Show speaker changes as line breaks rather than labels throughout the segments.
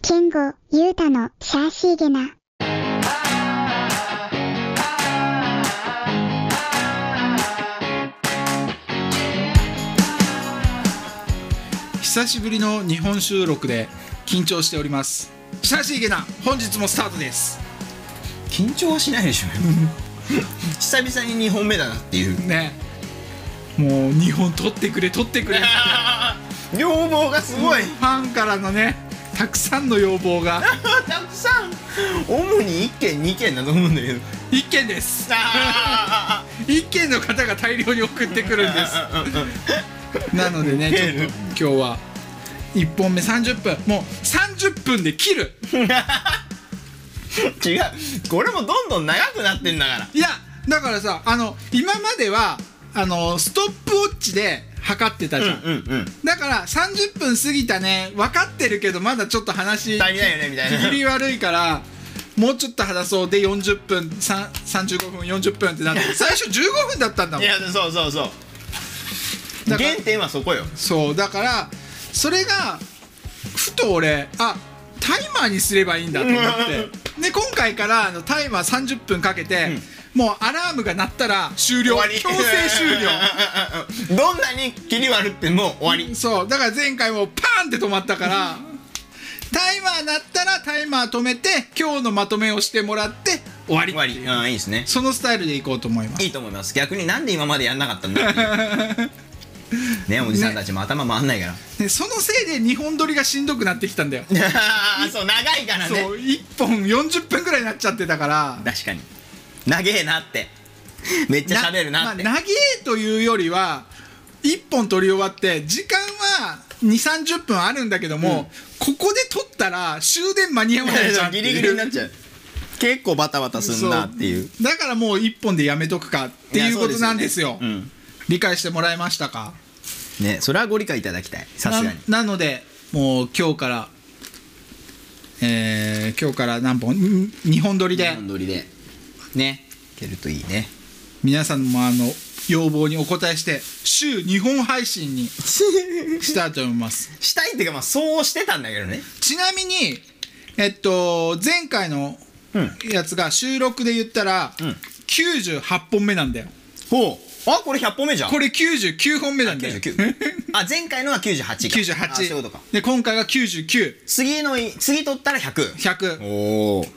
キング、ユータのシャーシーゲナ。
久しぶりの日本収録で緊張しておりますシャーシーゲナ本日もスタートです
緊張はしないでしょ久々に2本目だなっていう
ねもう日本取ってくれ取ってくれ
要望がすごい
ファンからのねたくさんの要望が
たくさん主に1件2件だと思うんだけど
一件です
あ
一件の方が大量に送ってくるんですなのでねちょっと今日は1本目30分もう30分で切る
違うこれもどんどん長くなってんだから
いやだからさあの今まではあのストップウォッチで測ってたじゃん、
うんうん
だから30分過ぎたね分かってるけどまだちょっと話
足りないよねみたいな
切り悪いからもうちょっと話そうで40分さん35分40分ってなって 最初15分だったんだも
い
ん
やそうそうそう
だから
原点はそこよ
そうだからそれがふと俺あタイマーにすればいいんだと思ってで今回からあのタイマー30分かけて、もうアラームが鳴ったら終了
終
強
わ
制
り
終了
どんなに切り割るってもう終わり
そうだから前回もパーンって止まったからタイマー鳴ったらタイマー止めて今日のまとめをしてもらって終わり
終わりうんいいですね
そのスタイルでいこうと思います
いいと思います逆になんで今までやんなかったんだっていうねおじさんたちも頭回んないから
でそのせいで日本撮りがしんどくなってきたんだよ、
あーそう長いからね
そう1本40分ぐらいになっちゃってたから
確かに長えなってめっちゃ喋るなって、
まあ、長えというよりは1本撮り終わって時間は2 3 0分あるんだけども、ここで撮ったら終電間に合わないじゃんってい う
ギリギリになっちゃう結構バタバタすんなっていう
そだからもう1本でやめとくかっていうことなんですよ
いやそうですよね
理解してもらえましたか
うんねそれはご理解いただきたいさすがに
ななのでもう今日からえー今日から何本2本撮りで
日本撮りでねいけるといいね
皆さんもあの要望にお応えして週2本配信にしたいと思います
したいっていうかまあそうしてたんだけどね
ちなみに、えっと、前回の
うん
やつが収録で言ったら、
うん
98本目なんだよ。
ほうあこれ100本目じゃん
これ99本目なんだよ。
99あ前回のは98かあそういうこと
98
か。
で、今回が99、
次のい次取ったら100
100。
おお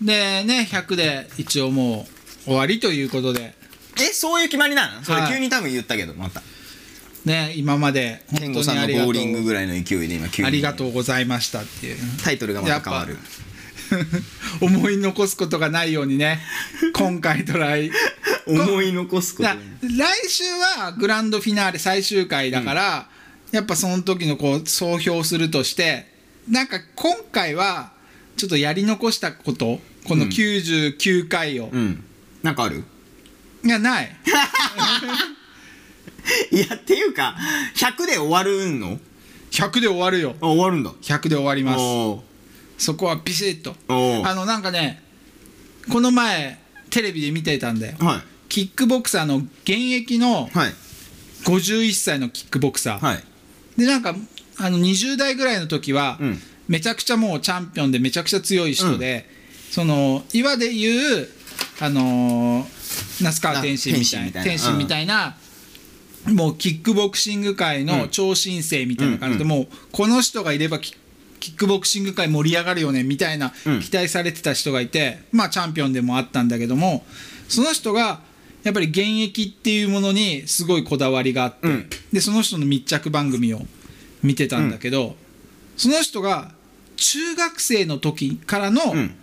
で、ね、100で一応もう終わりということで、
えそういう決まりなのそれ
はい
急に多分言ったけどまた
ね、今まで本
健
当
吾さん
にあ
の
りがと
ボ
う
ーリングぐらいの勢いで今急に
ありがとうございましたっていう。
タイトルがまた変わる
やっぱ思い残すことがないようにね、今回ト ライ。
思い残すこと
だ来週はグランドフィナーレ最終回だから、やっぱその時のこう総評するとしてなんか今回はちょっとやり残したことこの
うん
99回を、
うんなんかある
いやない
いやっていうか100で終わるの
100で終わるよ
あ終わるんだ
100で終わります
お
そこはビシッと
ーおー
あのなんかねこの前テレビで見てたんだよ
は
キックボクサーの現役の
いはい
51歳のキックボクサー、
はい
でなんかあの20代ぐらいの時は、
うん
めちゃくちゃもうチャンピオンでめちゃくちゃ強い人で、その今で言うあのー、那須川天心みたいな
あ
天心
天心
み
み
た
た
いな、もうキックボクシング界の超新星みたいな感じで、
うん
もうこの人がいればキッキックボクシング界盛り上がるよねみたいな
うん
期待されてた人がいて、まあチャンピオンでもあったんだけどもその人がやっぱり現役っていうものにすごいこだわりがあって、
うん
でその人の密着番組を見てたんだけど、その人が中学生の時からの
うん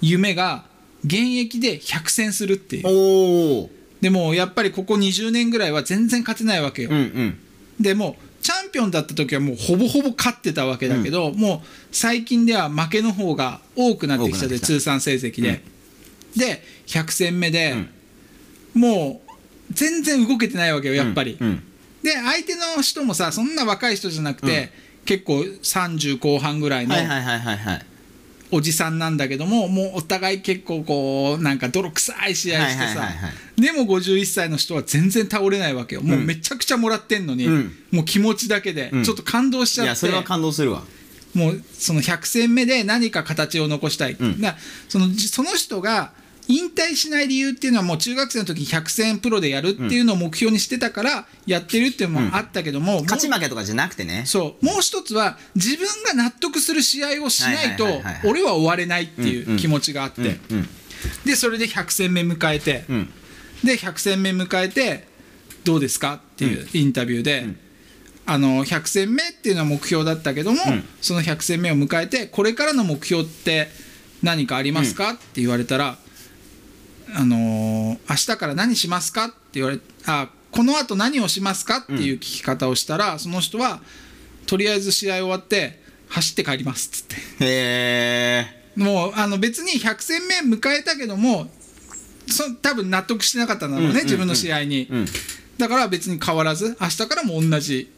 夢が現役で100戦するっていう、
おお
でもやっぱりここ20年ぐらいは全然勝てないわけよ、
うんうん
でもうチャンピオンだった時はもうほぼほぼ勝ってたわけだけど、もう最近では負けの方が多くなってきちゃっ
多くなっててきた
通算成績で、で100戦目で、もう全然動けてないわけよやっぱり、
うん
で相手の人もさそんな若い人じゃなくて、結構30後半ぐらい
うん
の
はいはいはいはいはい
おじさんなんだけども、もうお互い結構こうなんか泥臭い試合してさ、
はいはいはいは
でも51歳の人は全然倒れないわけよもうめちゃくちゃもらってんのに、
うん
もう気持ちだけで
うん
ちょっと感動しち
い
ゃ
や
って、
それは感動するわ
もうその100戦目で何か形を残したい、
ん
だそのその人が引退しない理由っていうのはもう中学生の時に100戦プロでやるっていうのを目標にしてたからやってるっていうのもあったけども、もう
勝ち負けとかじゃなくてね
そうもう一つは自分が納得する試合をしないと
はいはいはいはい
俺は終われないっていう気持ちがあって、
うんうん
でそれで100戦目迎えて、
うん
で100戦目迎えてどうですかっていうインタビューで、あの100戦目っていうのは目標だったけども、
ん
その100戦目を迎えてこれからの目標って何かありますか、って言われたら「あのー明日から何しますか?」って言われあこのあと何をしますかっていう聞き方をしたら、その人は「とりあえず試合終わって走って帰ります」っつって。
へえ
もうあの別に100戦目迎えたけどもそ多分納得してなかったんだろうね、
うんうんうん
自分の試合に、
うん
だから別に変わらず明日からも同じ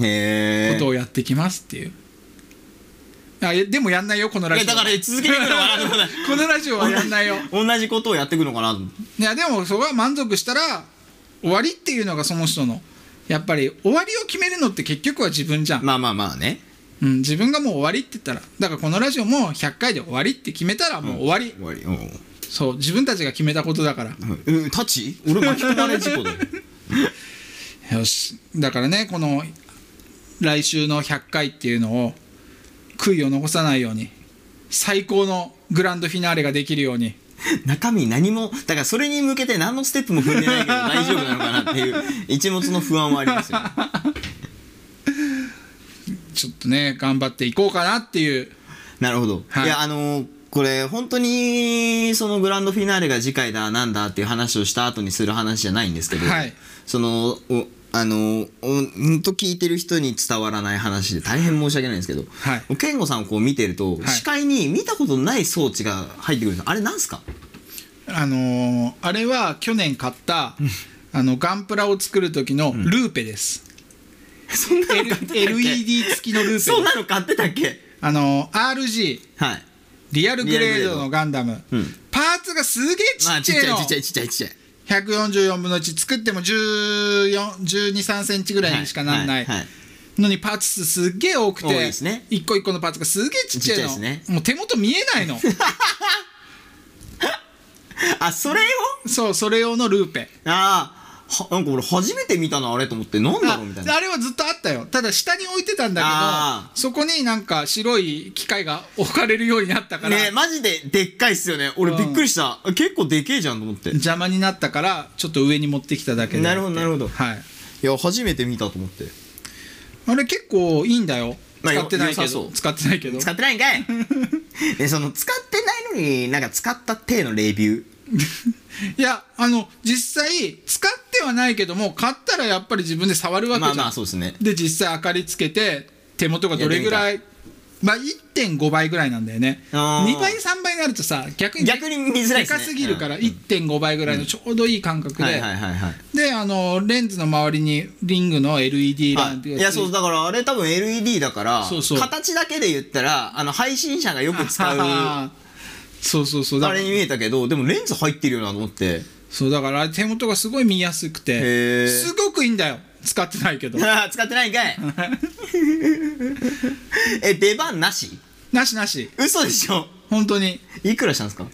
へえ
ことをやってきますっていう、あいやでもやんないよこのラ
い
ジ
や
オ
だから続けていくのかなと思っ
このラジオはやんないよ
た同じことをやっていくのかなと
いやでもそこは満足したら終わりっていうのがその人のやっぱり終わりを決めるのって結局は自分じゃん、
まあまあまあね
うん、自分がもう終わりって言ったらだからこのラジオも100回で終わりって決めたらもう終わり、
終わりう
そう自分たちが決めたことだから
んうんタチ俺巻き込まれ事故 だよ
よしだからねこの来週の100回っていうのを悔いを残さないように最高のグランドフィナーレができるように
中身何もだからそれに向けて何のステップも踏んでないけど大丈夫なのかなっていう一物の不安はありますよね
ちょっとね頑張っていこうかなっていう
なるほど。
はい
い、や、あのーこれ、本当に、そのグランドフィナーレが次回だ、なんだっていう話をした後にする話じゃないんですけど、
はい
その、おあのーおうんと聞いてる人に伝わらない話で大変申し訳ないんですけど、
はい
健吾さんをこう見てると、
い
視界に見たことない装置が入ってくるんですよあれなん すか
あのーあれは去年買ったあのガンプラを作る時のルーペです、
そ んなの買ってたっけ
LED 付きのルーペです
そんなの買ってたっけ
あのー RG
はい。
リアルグレードのガンダム、
うん
パーツがすげえち
まあ、
っ
ち
ち
っ
ゃ
ち
い
ゃ
の
いちっちゃいちっちゃいちっちゃい。
144分の1作っても1213センチぐらいにしかなんない
はいはい
のにパーツ数すっげえ多くて
多いですね
一個一個のパーツがすげえちっちゃいの
ちっちゃいです
もう手元見えない の
あ、それを
そうそれ用のルーペ
ああ、はなんか俺初めて見たな、あれと思って、なんだ
あ
ろうみたいな。
あれはずっとあったよただ下に置いてたんだ
あ
けどそこになんか白い機械が置かれるようになったから、
ねマジででっかいっすよね俺
うん
びっくりした、結構でけえじゃんと思ってい
邪魔になったからちょっと上に持ってきただけで
なるほどなるほど
はい、
や初めて見たと思って
あれ結構いいんだよ
まあ
使ってないけ
良さそ
ど
う
使ってないけど
使ってないんかい えその使ってないのになんか使った体のレビ ュー
いやあの実際使ってはないけども買ったらやっぱり自分で触るわけじ
ま
ゃ
あ
ん、
まあそうですね
で実際明かりつけて手元がどれぐらいまあ1.5倍ぐらいなんだよね
あー
2倍3倍になるとさ逆に
逆に見づら
で
いっす
か
ね
すぎるから
うん
1.5倍ぐらいのちょうどいい感覚で、
はいはいはいはい
であのレンズの周りにリングの LED ラン
あ
プ
い
が
やそうだからあれ多分 LED だから
そうそう
形だけで言ったらあの配信者がよく使う あ
そうそうそうだから
れに見えたけどでもレンズ入ってるよなと思 って
そうだから手元がすごい見やすく
へ
て
ー
すごくいいんだよ使ってないけど
使ってないんか いえ出番なし
なしなし
嘘でしょ
本当に
いくらしたんですか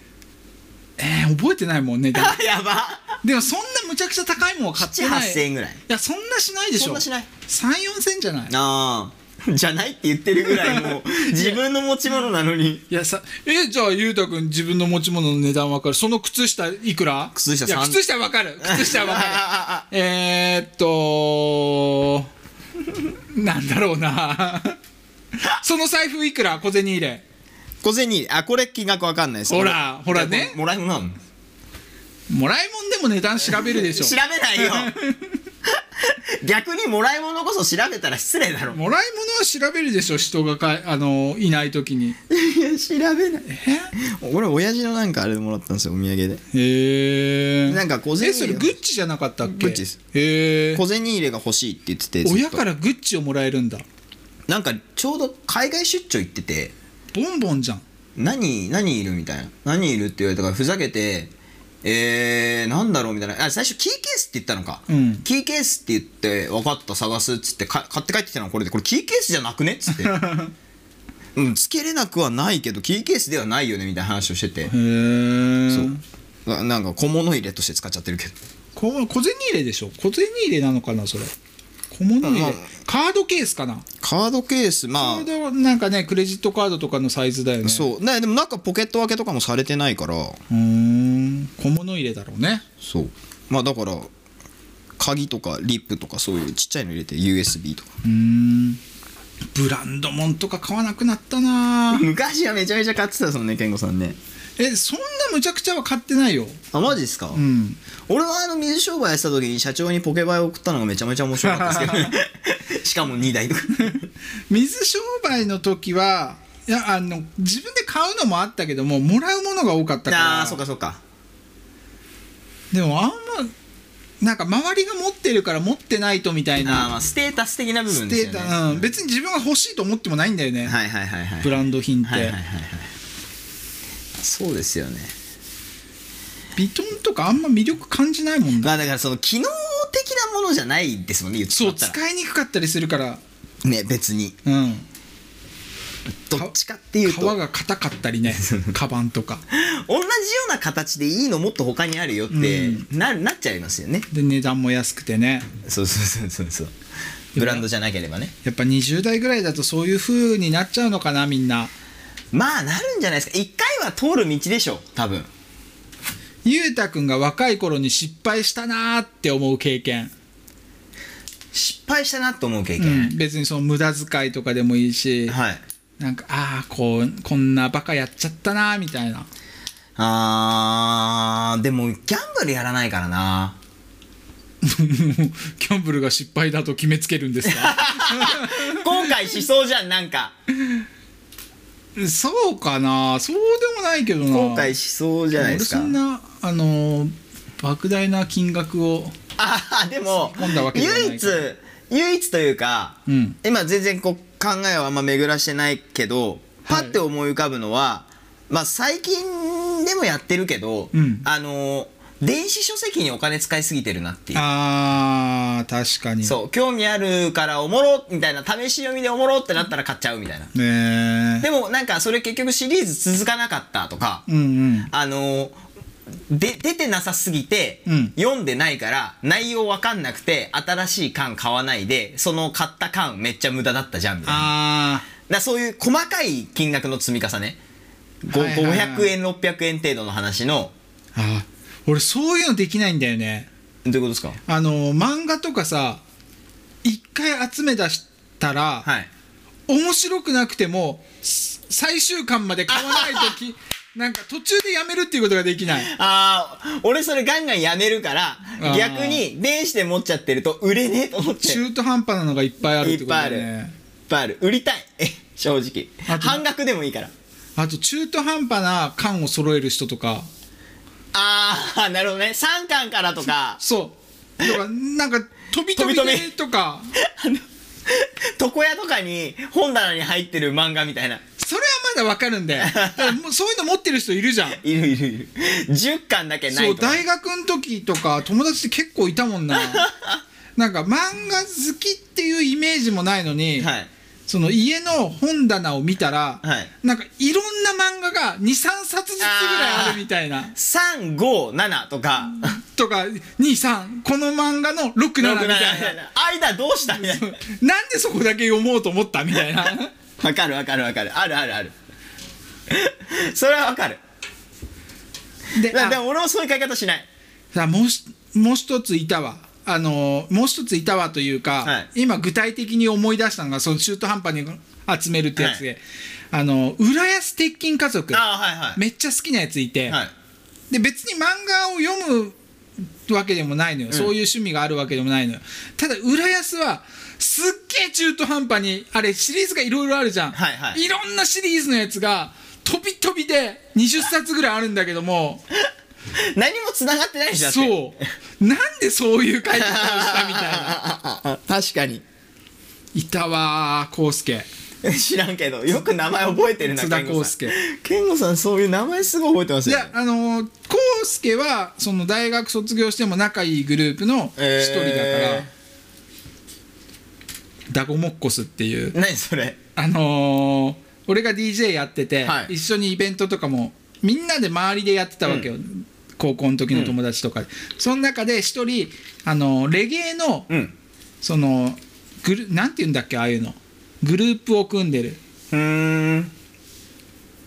えー、覚えてないもんねでも
やば
でもそんなむちゃくちゃ高いもんは買ってない
7-8,000円ぐらい
やそんなしないでしょ
そんなしない
34千じゃない
ああじゃないって言ってるぐ らいもう自分の持ち物なのに
いやさえじゃあゆうたくん自分の持ち物の値段わかるその靴下いくら
靴下
いや
三
靴下わかる靴下わか
あ
るえーっとなんだろうなその財布いくら小銭入れ
小銭あこれ金額わかんないです
ほらほらね
もらいもんなの
もらいもんでも値段調べるでし
調
ょ
べないよ逆にもらい物こそ調べたら失礼だろ
もらいものは調べるでしょ人がかあのいない時に
いや調べない
え
俺親父のなんかあれもらったんですよお土産で
へえ
なんか小銭
えそれグッチじゃなかったっけ
グッチです
へえ
小銭入れが欲しいって言っててずっと
親からグッチをもらえるんだ
なんかちょうど海外出張行ってて
ボンボンじゃん
何何いるみたいな何いるって言われたからふざけてえー、なんだろうみたいなあ最初キーケースって言ったのか、
うん
キーケースって言って分かった探すっつってか買って帰ってきたのはこれでこれキーケースじゃなくねっつってうん、つけれなくはないけどキーケースではないよねみたいな話をしてて
へえ
そうななんか小物入れとして使っちゃってるけど
こ小銭入れでしょ小銭入れなのかなそれ小物入
まあ
れカードケースかな
カードケースま
カ
あ
ードはなんかねクレジットカードとかのサイズだよねう
そうねでもなんかポケット分けとかもされてないから
うーん小物入れだろうね
そうまあだから鍵とかリップとかそういうちっちゃいの入れて USB とか
うーんブランドもんとか買わなくなったな
昔はめちゃめちゃ買ってたそのね健吾さんね
えそんなむちゃくちゃは買ってないよ
あマジっすか、
うん
俺はあの水商売やってた時に社長にポケバイを送ったのがめちゃめちゃ面白かったです けどしかも2台とか
水商売の時はいやあの自分で買うのもあったけどももらうものが多かったから
ああそっかそっか
でもあんまなんか周りが持ってるから持ってないとみたい
あー
な
まあステータス的な部
ス
分です
テ
よ
ー
ね
タ、うん、別に自分が欲しいと思ってもないんだよね、
はいはいはいはい
ブランド品って、
はいはいはいはいそうですよね
ビトンとかあんま魅力感じないもんな
まあだからその機能的なものじゃないですもんね言ってし
そ
ま
う
ったら
使いにくかったりするから
ね別に
うん
どっちかっていう
皮
と同じよ
が硬かったり ねカバンとか
うな形でいいのもっと他にあるよってな,、なっちゃいますよね
で値段も安くてね
そうそうそうそうそうブランドじゃなければね
やっぱ20代ぐらいだとそういう風になっちゃうのかなみんな
まあなるんじゃないですか一回は通る道でしょう多分
ゆうたくんが若い頃に失敗したなーって思う経験、
失敗したなと思う経
う
験、
ん、別にその無駄遣いとかでもいいし、
はい
なんかああこうこんなバカやっちゃったなーみたいな
あーでもギャンブルやらないか らな
キャンブルが失敗だと決めつけるんです か
後悔しそうじゃんなんか
そうかなそうでもないけどな
後悔しそうじゃないですか
俺そんなあのー莫大な金額を
ああでも
突っ込んだわけじゃない
唯一唯一というか、
うん
今全然こう考えをあんま巡らしてないけどパッて思い浮かぶのは、まあ最近でもやってるけど、
うん
あの電子書籍にお金使いすぎてるなっていう。
あー確かに
そう興味あるからおもろみたいな試し読みでおもろってなったら買っちゃうみたいな
うね
でもなんかそれ結局シリーズ続かなかったとか、
ーうんうん
あので出てなさすぎて、
うん
読んでないから内容わかんなくて新しい缶買わないでその買った缶めっちゃ無駄だったじゃんみたいなだか
あ
らそういう細かい金額の積み重ね、ご
はいはいはい
500円600円程度の話の
ーあー俺そういうのできないんだよね
どういうことですか
あのー漫画とかさ一回集め出したら、
はい
面白くなくてもす最終巻まで買わないとき なんか途中でやめるっていうことができない
ああ俺それガンガンやめるから
あー
逆に電子で持っちゃってると売れねえと思っていっ
中途半端なのがいっぱいあるってことだよ
いっぱいあ
ね
ぱいある売りたい 正直
あと
半額でもいいから
あと中途半端な缶を揃える人とか
ああなるほどね3巻からとか
そうだからなんか飛び飛び
飛び 飛
でとか
床屋とかに本棚に入ってる漫画みたいな。
それはまだわかる んでだからもうそういうの持ってる人いるじゃん
いるいるいる。10巻だけな
そ
いうとか。
大学の時とか友達って結構いたもん ななんか漫画好きっていうイメージもないのに、
はい。
その家の本棚を見たら、
はい
なんかいろんな漫画が23冊ずつぐらいあるみたいな
3、5、7とか。
とか23この漫画の67みたいな
6、7。間どうしたみたいな。
なんでそこだけ読もうと思ったみたいな
わかるわかるわかる。あるあるある。 それはわかる。
で
だ
あ
でも俺もそういう書き方しない。
さあもうしもう一ついたわあのーもう一ついたわというか、
はい
今具体的に思い出したのがその中途半端に集めるってやつで、あのー浦安鉄筋家族
ああ、はいはい。
めっちゃ好きなやついて、
はい。
で別に漫画を読むわけでもないのよ、そういう趣味があるわけでもないのよただ浦安はすっげえ中途半端にあれシリーズがいろいろあるじゃん、
はいはい
ろんなシリーズのやつが飛び飛びで20冊ぐらいあるんだけども
何も繋がってないしだって。
そうなんでそういう書いて方をしたみたいな
ああああ確かに。
いたわー康介
知らんけど、よく名前覚えてるな、
津田
健吾
康
さん
介。
健吾さん、そういう名前すごい覚えてます
い
よ
や
ね。
あのー康介はその大学卒業しても仲いいグループの一人だから、
え
ダゴモッコスっていう
ー何それ。
あのー俺が DJ やってて、
はい
一緒にイベントとかもみんなで周りでやってたわけよ、高校の時の友達とかで、その中で一人あのレゲエの
うん
そのグルなんて言うんだっけああいうのグループを組んでる
うーん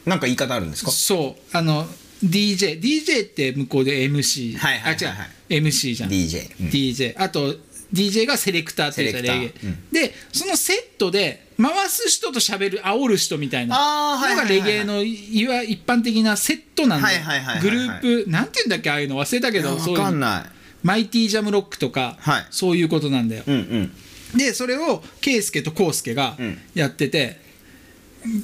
なんか言い方あるんですか
そうあの DJDJ って向こうで MC、
はいはいはいはい
あ違う MC じゃん
DJ うん
DJ あと DJ がセレクターっていうじゃん
セレクター
レゲエ
うん
でそのセットで回す人と喋る煽る人みたいな
あーはい
の
はい
が
はいは
レ
い
ゲエのいわ一般的なセットなん
は
で
いはいはいはいはい
グループなんて言うんだっけああいうの忘れたけどそう
分
いう
かん
の
な
マイティジャムロックとか、
はい
そういうことなんだよ
いうんうん
でそれを圭介と康介が
うん
やってて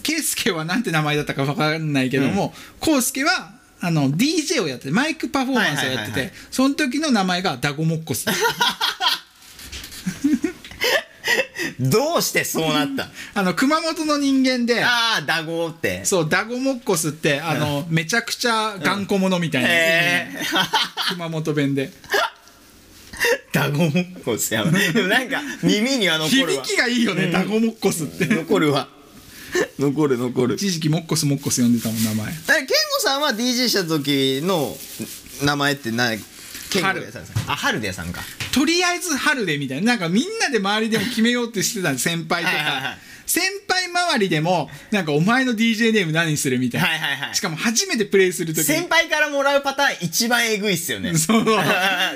圭介、はなんて名前だったか分かんないけども康介、はあの DJ をやっててマイクパフォーマンスをやってて、
はいはいはいはい
その時の名前がダゴモッコ ス
どうしてそうなった
あの熊本の人間で
ああダゴーって
そうダゴモッコスってあの、めちゃくちゃ頑固者みたいな、
ええ
熊本弁で
ダゴモッコスやばいでもなんか耳には残る
響
わ
きがいいよね、ダゴモッコスって
残るわ残る残る
一時期モッコスモッコス呼んでたもん名前
だから健吾さんは DJ した時の名前って何健吾でさんですかあ春でさんか
とりあえず春でみたいななんかみんなで周りでも決めようってしてたんです先輩とか
はいはいはい
先輩周りでもなんかお前の DJ ネーム何するみたいな、
はいはいはい
しかも初めてプレイする時
先
に
輩からもらうパターン一番えぐいっすよね
そう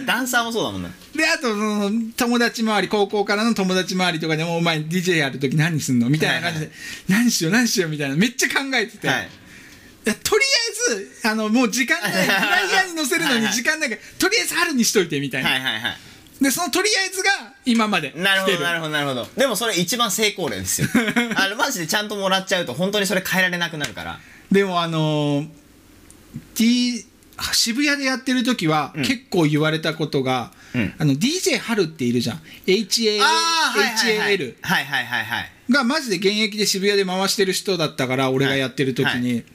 ダンサーもそうだもんね
であとその友達周り高校からの友達周りとかでもお前 DJ やる時何すんのみたいな感じで、
は
何しよう何しようみたいなめっちゃ考えてて、
はい
いやとりあえずあのもう時間ないフライヤーに載せるのに時間ないからとりあえず春にしといてみたいな、
はいはいはい
でそのとりあえずが今まで来てる
なるほどなるほどなるほどでもそれ一番成功例 ですよあのマジでちゃんともらっちゃうと本当にそれ変えられなくなるから
でもあのー D 渋谷でやってる時は結構言われたことが、
うん
あの DJ 春っているじゃん HAL
はいはいはい
HAL
はいはいはいはい
がマジで現役で渋谷で回してる人だったから俺がやってる時に、
はい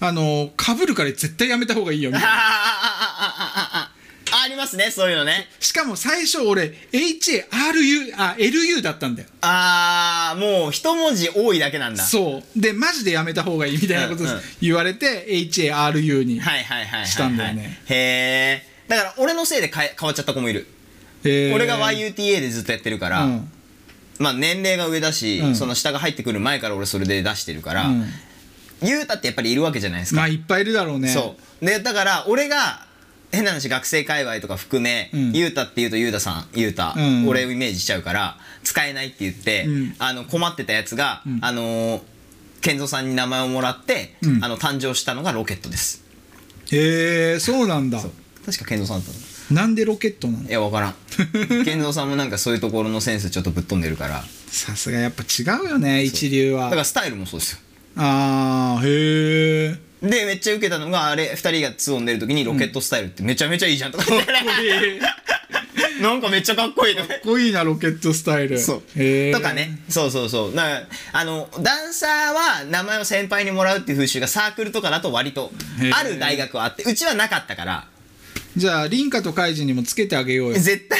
は
あのーかぶるから絶対やめた方がいいよみ
あ
たい
あ
な
あああああああありますねそういうのね
しかも最初俺 HARU あ LU だったんだよ
ああもう一文字多いだけなんだ
そうでマジでやめた方がいいみたいなこと
うんうん
言われて、HARU に、
はいはいはいはいはい
したんだよね
へえだから俺のせいで変え変わっちゃった子もいる、
えー
俺が YUTA でずっとやってるから、
うん
まあ年齢が上だし、
うん
その下が入ってくる前から俺それで出してるから、
うん
言うたってやっぱりいるわけじゃないですか、
まあいっぱいいるだろうね
そうでだから俺が変な話学生界隈とか含め、
うん
ゆうたっていうとゆうたさんゆうた、
うん
俺をイメージしちゃうから使えないって言って、
うん
あの困ってたやつが、
ん
あのー健三さんに名前をもらって、
うん
あの誕生したのがロケットです
へえそうなんだ
確か健三さんだったの
なんでロケットなの
いや分から ん健三さんもなんかそういうところのセンスちょっとぶっ飛んでるから
さすがやっぱ違うよね一流は
だからスタイルもそうですよ
あーへえ
でめっちゃ受けたのがあれ2人が2音出る時にロケットスタイルってめちゃめちゃいいじゃんとか、 なんかめっちゃかっこいいとか
かっこいいなロケットスタイル
そう
へー
とかねそうそうそうだからあのダンサーは名前を先輩にもらうっていう風習がサークルとかだと割と
へー
ある大学はあってうちはなかったから
じゃあ凛花とカイジにもつけてあげようよ
絶対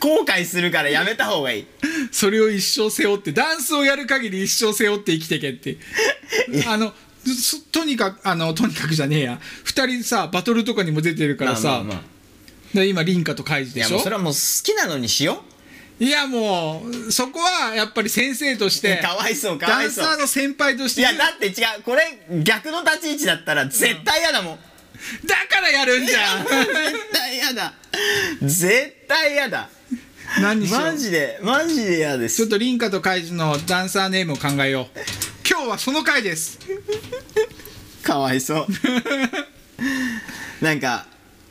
後悔するからやめた方がいい
それを一生背負ってダンスをやる限り一生背負って生きてけってあのそとにかくあのとにかくじゃねえや2人さバトルとかにも出てるからさ、
まあまあまあ
で今凛花とカイジ
い
で
や
し
も
ょ
うそれはもう好きなのにしよ
いやもうそこはやっぱり先生とし
う
て
かわいそうか
ダ
わ
ン
いそ
サー
う
の先輩とし
い
て
やだって違うこれ逆の立ち位置だったら絶対嫌 だもん、
だからやるんじゃ
絶対嫌だ絶対嫌だ
ん 何にしよ
マ
う
ジでマジで嫌で
ちょっ
す
とリンカとカイジのダンサーネームを考えよう今日はその回です
かわいそうなんか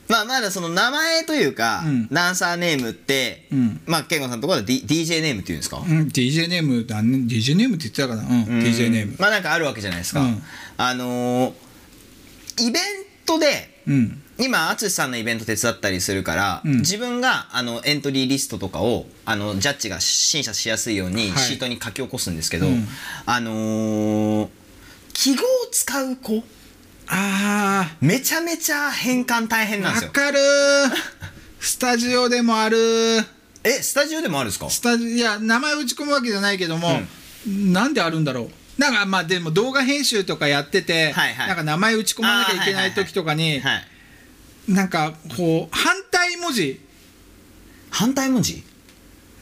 まあまだその名前というか、
うん
ダンサーネームって、
うん
まあ健吾さんのところは、D、DJ ネームっていうんですか、
うん DJ ネームだね DJ ネームって言ってたかなうん
うん
DJ ネーム
まあなんかあるわけじゃないですか、
うん
あのーイベントで
うん
今淳さんのイベント手伝ったりするから、
うん
自分があのエントリーリストとかをあのジャッジが審査しやすいように
はい
シートに書き起こすんですけど、
うん
あのー記号を使う子
あ
めちゃめちゃ変換大変
ー
なんです
わ
よ
かるースタジオでもあるー
えスタジオでもあるんですか
スタジいや名前打ち込むわけじゃないけども、なんであるんだろうなんかまあでも動画編集とかやってて、
はいはい
なんか名前打ち込まなきゃいけない時とかに、
はい
なんかこう反対文字
反対文字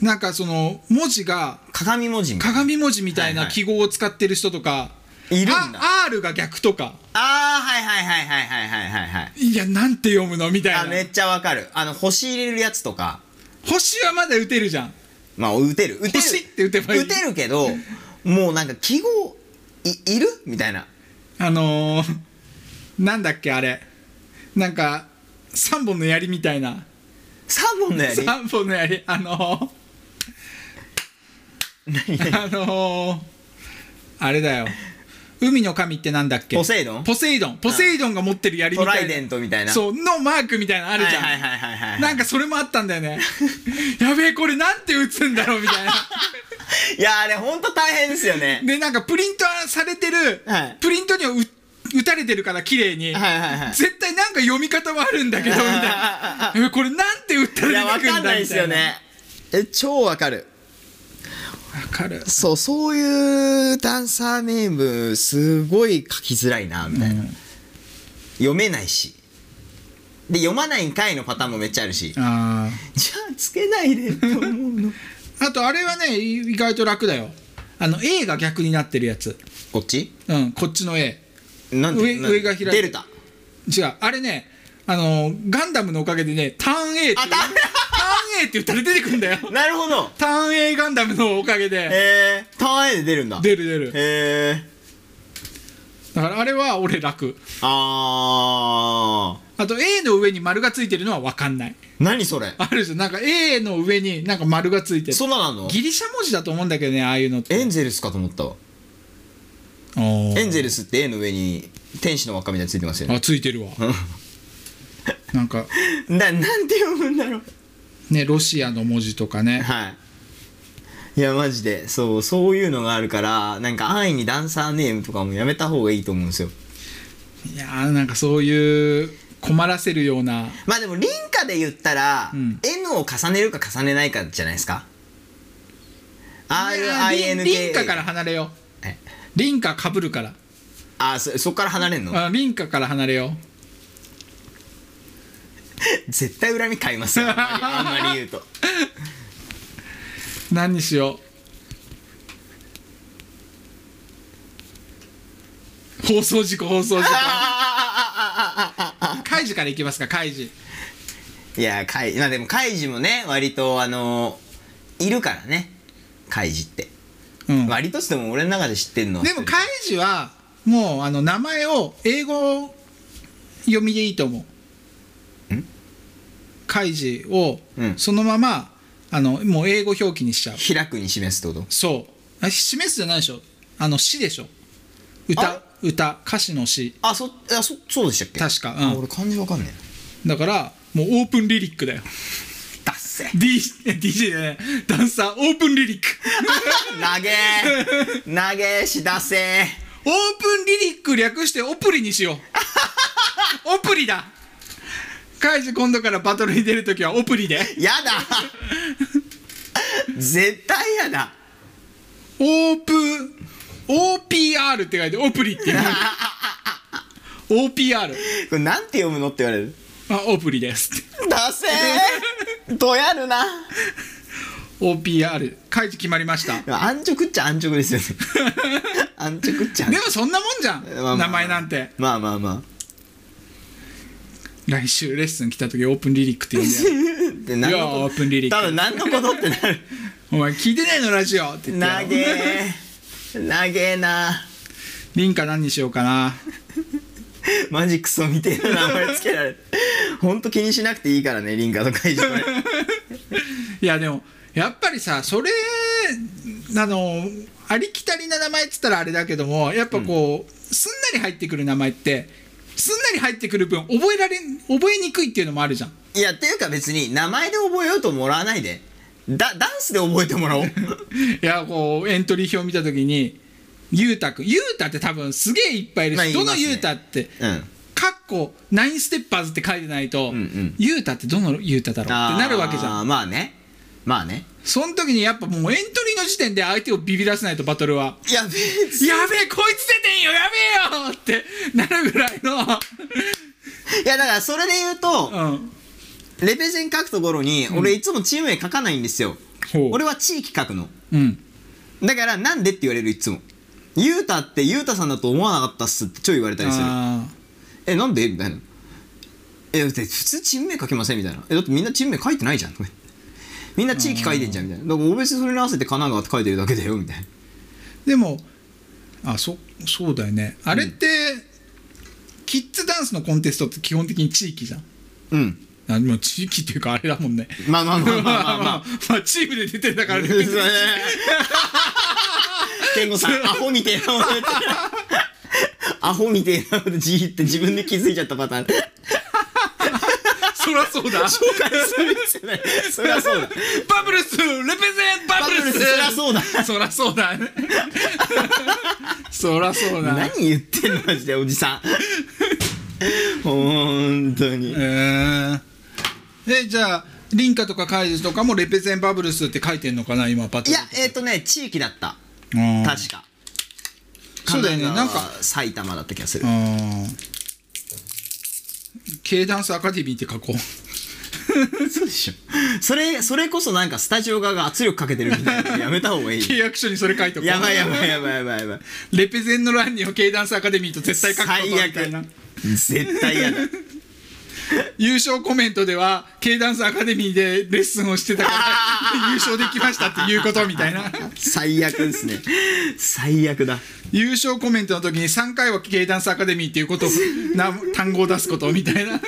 なんかその文字が
鏡文字みたいな
鏡文字みたい
はい
な
はい
記号を使ってる人とか、
いるんだ
R が逆とか
ああはいはいはいはいはいはいはいはい
いやなんて読むのみた
あ
い
め
な
っちゃわかるあの星入れるやつとか
星はまだ打てるじゃん
まあ打てる打てる
星って打てばいい
打てるけどもうなんか記号いいるみたいな
あのー、 なんだっけあれなんか3本の槍みたいな
3本のやり
3本の槍あのー、あのー、あれだよ海の神ってなんだっけ
ポセイドン
ポセイドンポセイドンが持ってる槍み
ト
たいな
ライデントみたいな
そうのマークみたいなのあるじゃん、
はいはいはいはいはい
なんかそれもあったんだよねやべえこれなんて打つんだろうみたいな
いやあれほんと大変ですよ ね
でなんかプリントされてる、
はい
プリントにはう打たれてるから綺麗に、
はいはいはい
絶対なんか読み方もあるんだけどみたいなやべえこれなんて打った
いや
ら
わ
出てく
か
る
ん
ん
な
だ
いで
み
す
た
よ
いな
ねえ超わかる
わかる
そうそういうダンサーネームすごい書きづらいなみたいな、読めないしで読まないんかいのパターンもめっちゃあるし、じゃ
あ
あつけないでと思うの
ーあとあれはねい意外と楽だよあの A が逆になってるやつ
こっち
うん こっちの A
なんで
上
なんで
上が開いて
デルタ
違うあれねあのーガンダムのおかげでねターン A っていう
あターン
ターン A って言ったら出てくるんだよ
なるほど
ターン A ガンダムのおかげで
へえターン A で出るんだ
出る出る
へえ
だからあれは俺楽
あ
あと A の上に丸がついてるのは分かんない
ー何それ
あるじゃんなんか A の上になんか丸がついてる
そんななの
ギリシャ文字だと思うんだけどねああいうのって
エンゼルスかと思ったわエンゼルスって A の上に天使の輪っかみたいについてますよね
あついてるわなんか
ななんて読むんだろう
ねロシアの文字とかね
はい。いや、マジで、そう、そういうのがあるから、なんか安易にダンサーネームとかもやめた方がいいと思うんですよ。
いやーなんかそういう困らせるような
まあでも、林家で言ったら、
うん
N を重ねるか重ねないかじゃないですか。
いやー
RINK。
リンリンカから離れよう
え
リンカかぶるから
あ、そ、そっから離れんの
あリンカから離れよう
絶対恨み買いますよ。あんまり、あんまり言うと。
何にしよう放送事故放送事故カイジからいきますかカイジ
いや、カイ、まあでも、カイジもね、割と、あのいるからね。カイジって。
うん
割とっつっても俺の中で知ってんのは
でもカイジはもうあの名前を英語読みでいいと思うんカイジを
うん
そのまま、あのもう英語表記にしちゃう
開くに示すってこと
そうあ示すじゃないでしょあの詩でしょ
あ
歌歌歌詞の詩
あ、そ、あそ、そうでしたっけ
確か
あ
うん
俺漢字わかんね
だからもうオープンリリックだよ
え。だっせ。
D DJ じゃないダンサーオープンリリック
投げー投げーしだせー
オープンリリック略してオプリにし ようオプリだカイジ今度からバトルに出るときはオプリで
やだ絶対やだ
オープン OPR って書いてオプリっていう OPR
これなんて読むのって言われる
あオプリです
だせーどやるな
OPR カイジ決まりました
安直っちゃ安直ですよね安直っちゃ安
で
直
もそんなもんじゃん、
まあまあまあ
名前なんて
まあまあま
来週レッスン来た時オープンリリックって言 うんだよ
あで何の
いやオープンリリック
多分何のことってなる
お前聞いてないのラジオって言って
投げー投げーな
リンカ何にしようかな
マジクソみてえな名前つけられてほんと気にしなくていいからねリンカの 会場ね
いやでもやっぱりさそれあのありきたりな名前っつったらあれだけどもやっぱこう、すんなり入ってくる名前ってすんなり入ってくる分覚えられん覚えにくいっていうのもあるじゃん
いやっていうか別に名前で覚えようともらわないでだダンスで覚えて もらおう
いやこうエントリー表見た時にゆうたくんゆうたって多分すげえいっぱいいるし、
まあいます
ど
ね
のゆうたって
うん
かっこナインステッパーズって書いてないと、
うんうん
ユータってどのユータだろうってなるわけじゃん
んまあねまあね
その時にやっぱもうエントリーの時点で相手をビビらせないとバトルは。
いや別に
やべえこいつ出てんよやべえよってなるぐらいの、
いやだからそれで言うと、
うん、
レペゼン書くところに俺いつもチーム名書かないんですよ、
ほう
俺は地域書くの
うん
だからなんでって言われるいつもゆうたってゆうたさんだと思わなかったっすってちょい言われたりする
あ
えなんでみたいなえだって普通チーム名書けませんみたいなえだってみんなチーム名書いてないじゃんみんな地域書いてんじゃんみたいなだから俺別にそれに合わせて神奈川って書いてるだけだよみたいな
ーでもあそそうだよねあれって、キッズダンスのコンテストって基本的に地域じゃん
うん
あでも地域っていうかあれだもんね
まあまあまあまあまあ まあ
まあチームで出てんだから ね別に
健吾さんアホみてえなこと言ってアホみてえなことじーって自分で気づいちゃったパターン
そりゃそうだ
紹介する必要ないそりゃそうだ
バブルスレペゼンバブルス
バブルスそりゃそうだ
そりゃそうだねそりゃそうだ
何言ってんのマジでおじさんほんとに
ええじゃあリンカとかカイジとかもレペゼンバブルスって書いてんのかな今パッと
いやえっ、とね地域だった
うん
確か
そうだよね
神
なん
奈
か
川埼玉だった気が する
あ軽ダンスアカデミーって書こう
そうでしょそれそれこそなんかスタジオ側が圧力かけてるみたいなのやめた方がいい
契約書にそれ 書いとこう
やばいやばいやばいやばいやばい
レペゼンの欄には軽ダンスアカデミーと絶対書くことみたいな
絶対嫌だ
優勝コメントでは軽ダンスアカデミーでレッスンをしてたから 優勝できましたっていうことみたいな
最悪ですね最悪だ
優勝コメントの時に3回は軽ダンスアカデミーっていうことをな単語を出すことみたいな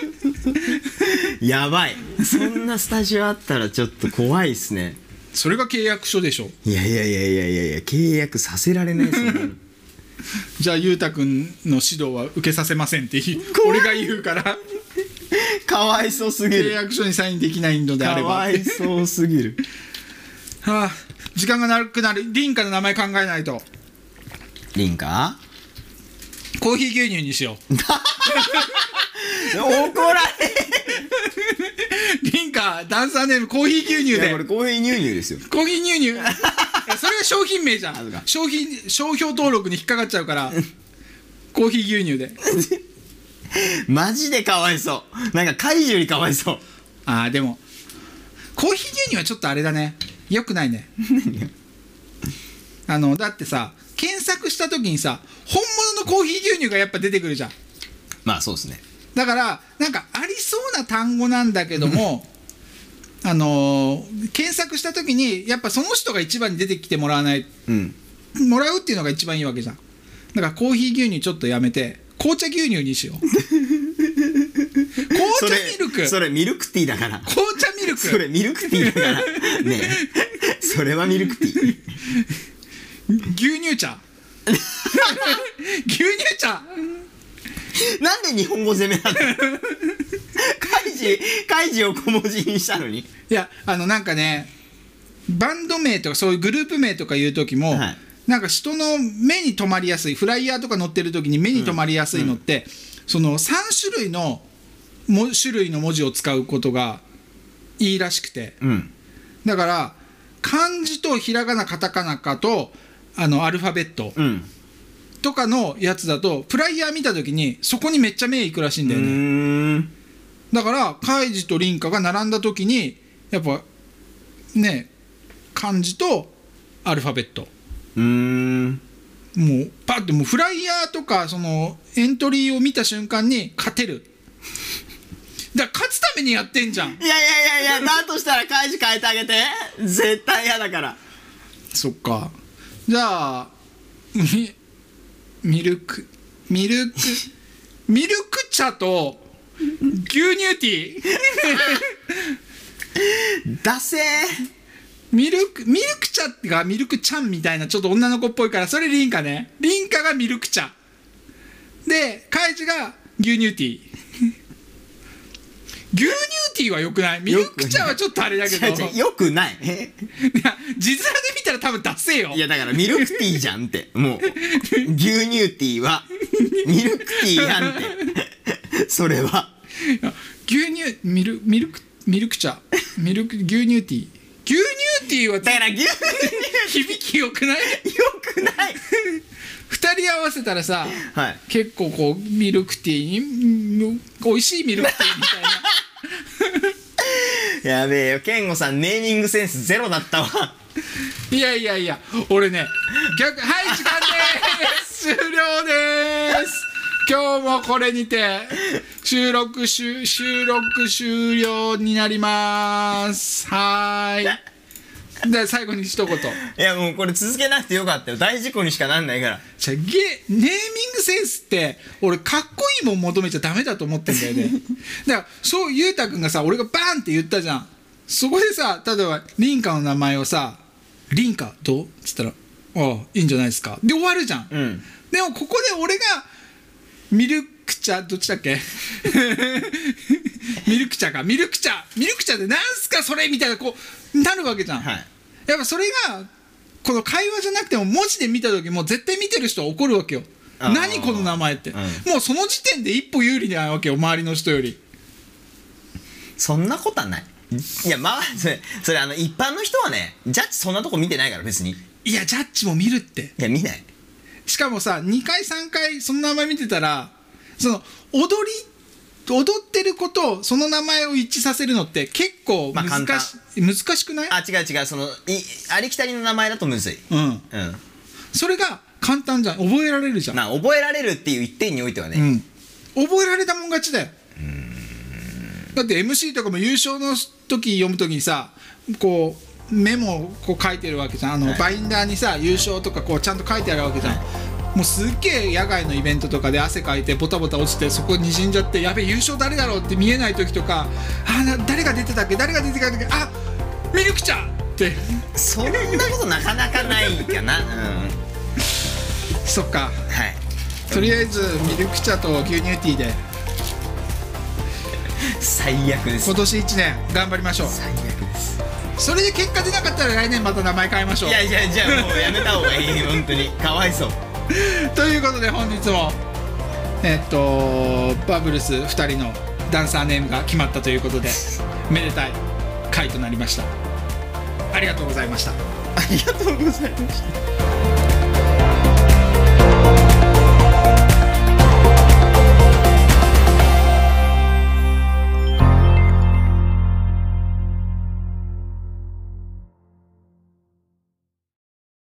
やばいそんなスタジオあったらちょっと怖いですね
それが契約書でしょ
いやいやいやいやいやいや契約させられないですね
じゃあ裕太君の指導は受けさせませんって言う俺が言うから
かわいそうすぎ
契
る
約書にサインできないのであ
か
れば
わいそうすぎる
はあ、時間がなくなるリンカの名前考えないと
リンカ
コーヒー牛乳にしよ
怒られ
うリンカダンサーネームコーヒー牛乳
いや
で
これコーヒー乳乳ですよ
コーヒー牛 乳いやそれは商品名じゃ
あそうんか
商品商標登録に引っかかっちゃうからコーヒー牛乳で
マジでかわいそうなんか怪獣よりかわいそう
ああでもコーヒー牛乳はちょっとあれだねよくない ねあのだってさ検索した時にさ本物のコーヒー牛乳がやっぱ出てくるじゃん
まあそうですね
だからなんかありそうな単語なんだけどもあのー検索した時にやっぱその人が一番に出てきてもらわない
うん
もらうっていうのが一番いいわけじゃんだからコーヒー牛乳ちょっとやめて紅茶牛乳に しよう紅
そ
茶
れ
ミルク
それミルクティーだから
紅茶ミル
そ
ク
れミルクティーだからねえそれはミルクティー
牛乳茶牛乳茶
なんで日本語攻めなのカイジ、カイジを小文字にしたのに。
いやあのなんかねバンド名とかそういうグループ名とか言う時も、
はい
なんか人の目に留まりやすいフライヤーとか載ってる時に目に留まりやすいのって、その3種類のも種類の文字を使うことがいいらしくて
うん。
だから漢字とひらがなカタカナかとあのアルファベット
うん。
とかのやつだとフライヤー見た時にそこにめっちゃ目いくらしいんだよね。
ん。
だからカイジとリンカが並んだ時にやっぱね漢字とアルファベット
うん。
もうパッてもうフライヤーとかそのエントリーを見た瞬間に勝てるだから勝つためにやってんじゃん
いやいやいやいや、だとしたらカイジ変えてあげて。絶対嫌だから。
そっかじゃあみミルクミルクミルク茶と牛乳ティー
だせー。
ミルク、ミルク茶がミルクちゃんみたいな、ちょっと女の子っぽいから、それリンカね。リンカがミルク茶。で、カイジが牛乳ティー。 牛乳ティーは良くないミルク茶はちょっとあれだけど。い
違う違うよくない。
や、字面で見たら多分出せよ。
いやだからミルクティーじゃんって。もう。牛乳ティーは、ミルクティーやんって。それは。
牛乳、ミル、ミルク、ミルク茶。ミルク、牛乳ティー。牛乳ンディは
だから牛乳よ
響きよくない
くない
二人合わせたらさ
はい
結構こうミルクティーにん美味しいミルクティーみたいな
やべえよ健吾さんネーミングセンスゼロだったわ
いやいやいや俺ね逆はい時間です終了です今日もこれにて収録収収録終了になりますはーいで最後に一言
いやもうこれ続けなくてよかったよ大事故にしかなんないから
じゃあゲネーミングセンスって俺かっこいいもん求めちゃダメだと思ってんだよ ねだからそうゆうたくんがさ俺がバーンって言ったじゃんそこでさ例えばリンカの名前をさ「リンカどう?」っつったら「ああいいんじゃないですか」で終わるじゃん、
うん
でもここで俺がミルク茶どっちだっけ ミルク茶かミルク茶ミルク茶ってなんすかそれみたいなこうなるわけじゃん、
はい
やっぱそれがこの会話じゃなくても文字で見た時もう絶対見てる人は怒るわけよ
あー
何この名前って、
うん
もうその時点で一歩有利なわけよ周りの人より
そんなことはないいやまあそれそれあの一般の人はねジャッジそんなとこ見てないから別にい
いやジャッジも見るって
や見ない
しかもさ2回3回その名前見てたらその踊り踊ってることをその名前を一致させるのって結構
まあ
難し,、
簡単
難しくない
あ違う違うそのいありきたりの名前だとむずい
うん
うん
それが簡単じゃん覚えられるじゃん、
まあ覚えられるっていう一点においてはね、
うん、覚えられたもん勝ちだよだって MC とかも優勝の時読む時にさこうメモをこう書いてるわけじゃんあの、
はい
バインダーにさ優勝とかこうちゃんと書いてあるわけじゃん、もうすっげえ野外のイベントとかで汗かいてボタボタ落ちてそこにじんじゃってやべえ優勝誰だろうって見えない時とかあな誰が出てたっけ誰が出てたっけあミルクちゃんって
そんなことなかなかないかなうんはい
そっかとりあえずミルク茶と牛乳ティーで
最悪です
今年1年頑張りましょう
最悪です
それで結果出なかったら来年また名前変えましょ
いうやいやじゃあもうやめた方がいい本当にかわいそう
ということで本日もえっとバブルス2人のダンサーネームが決まったということでめでたい回となりましたありがとうございました
ありがとうございました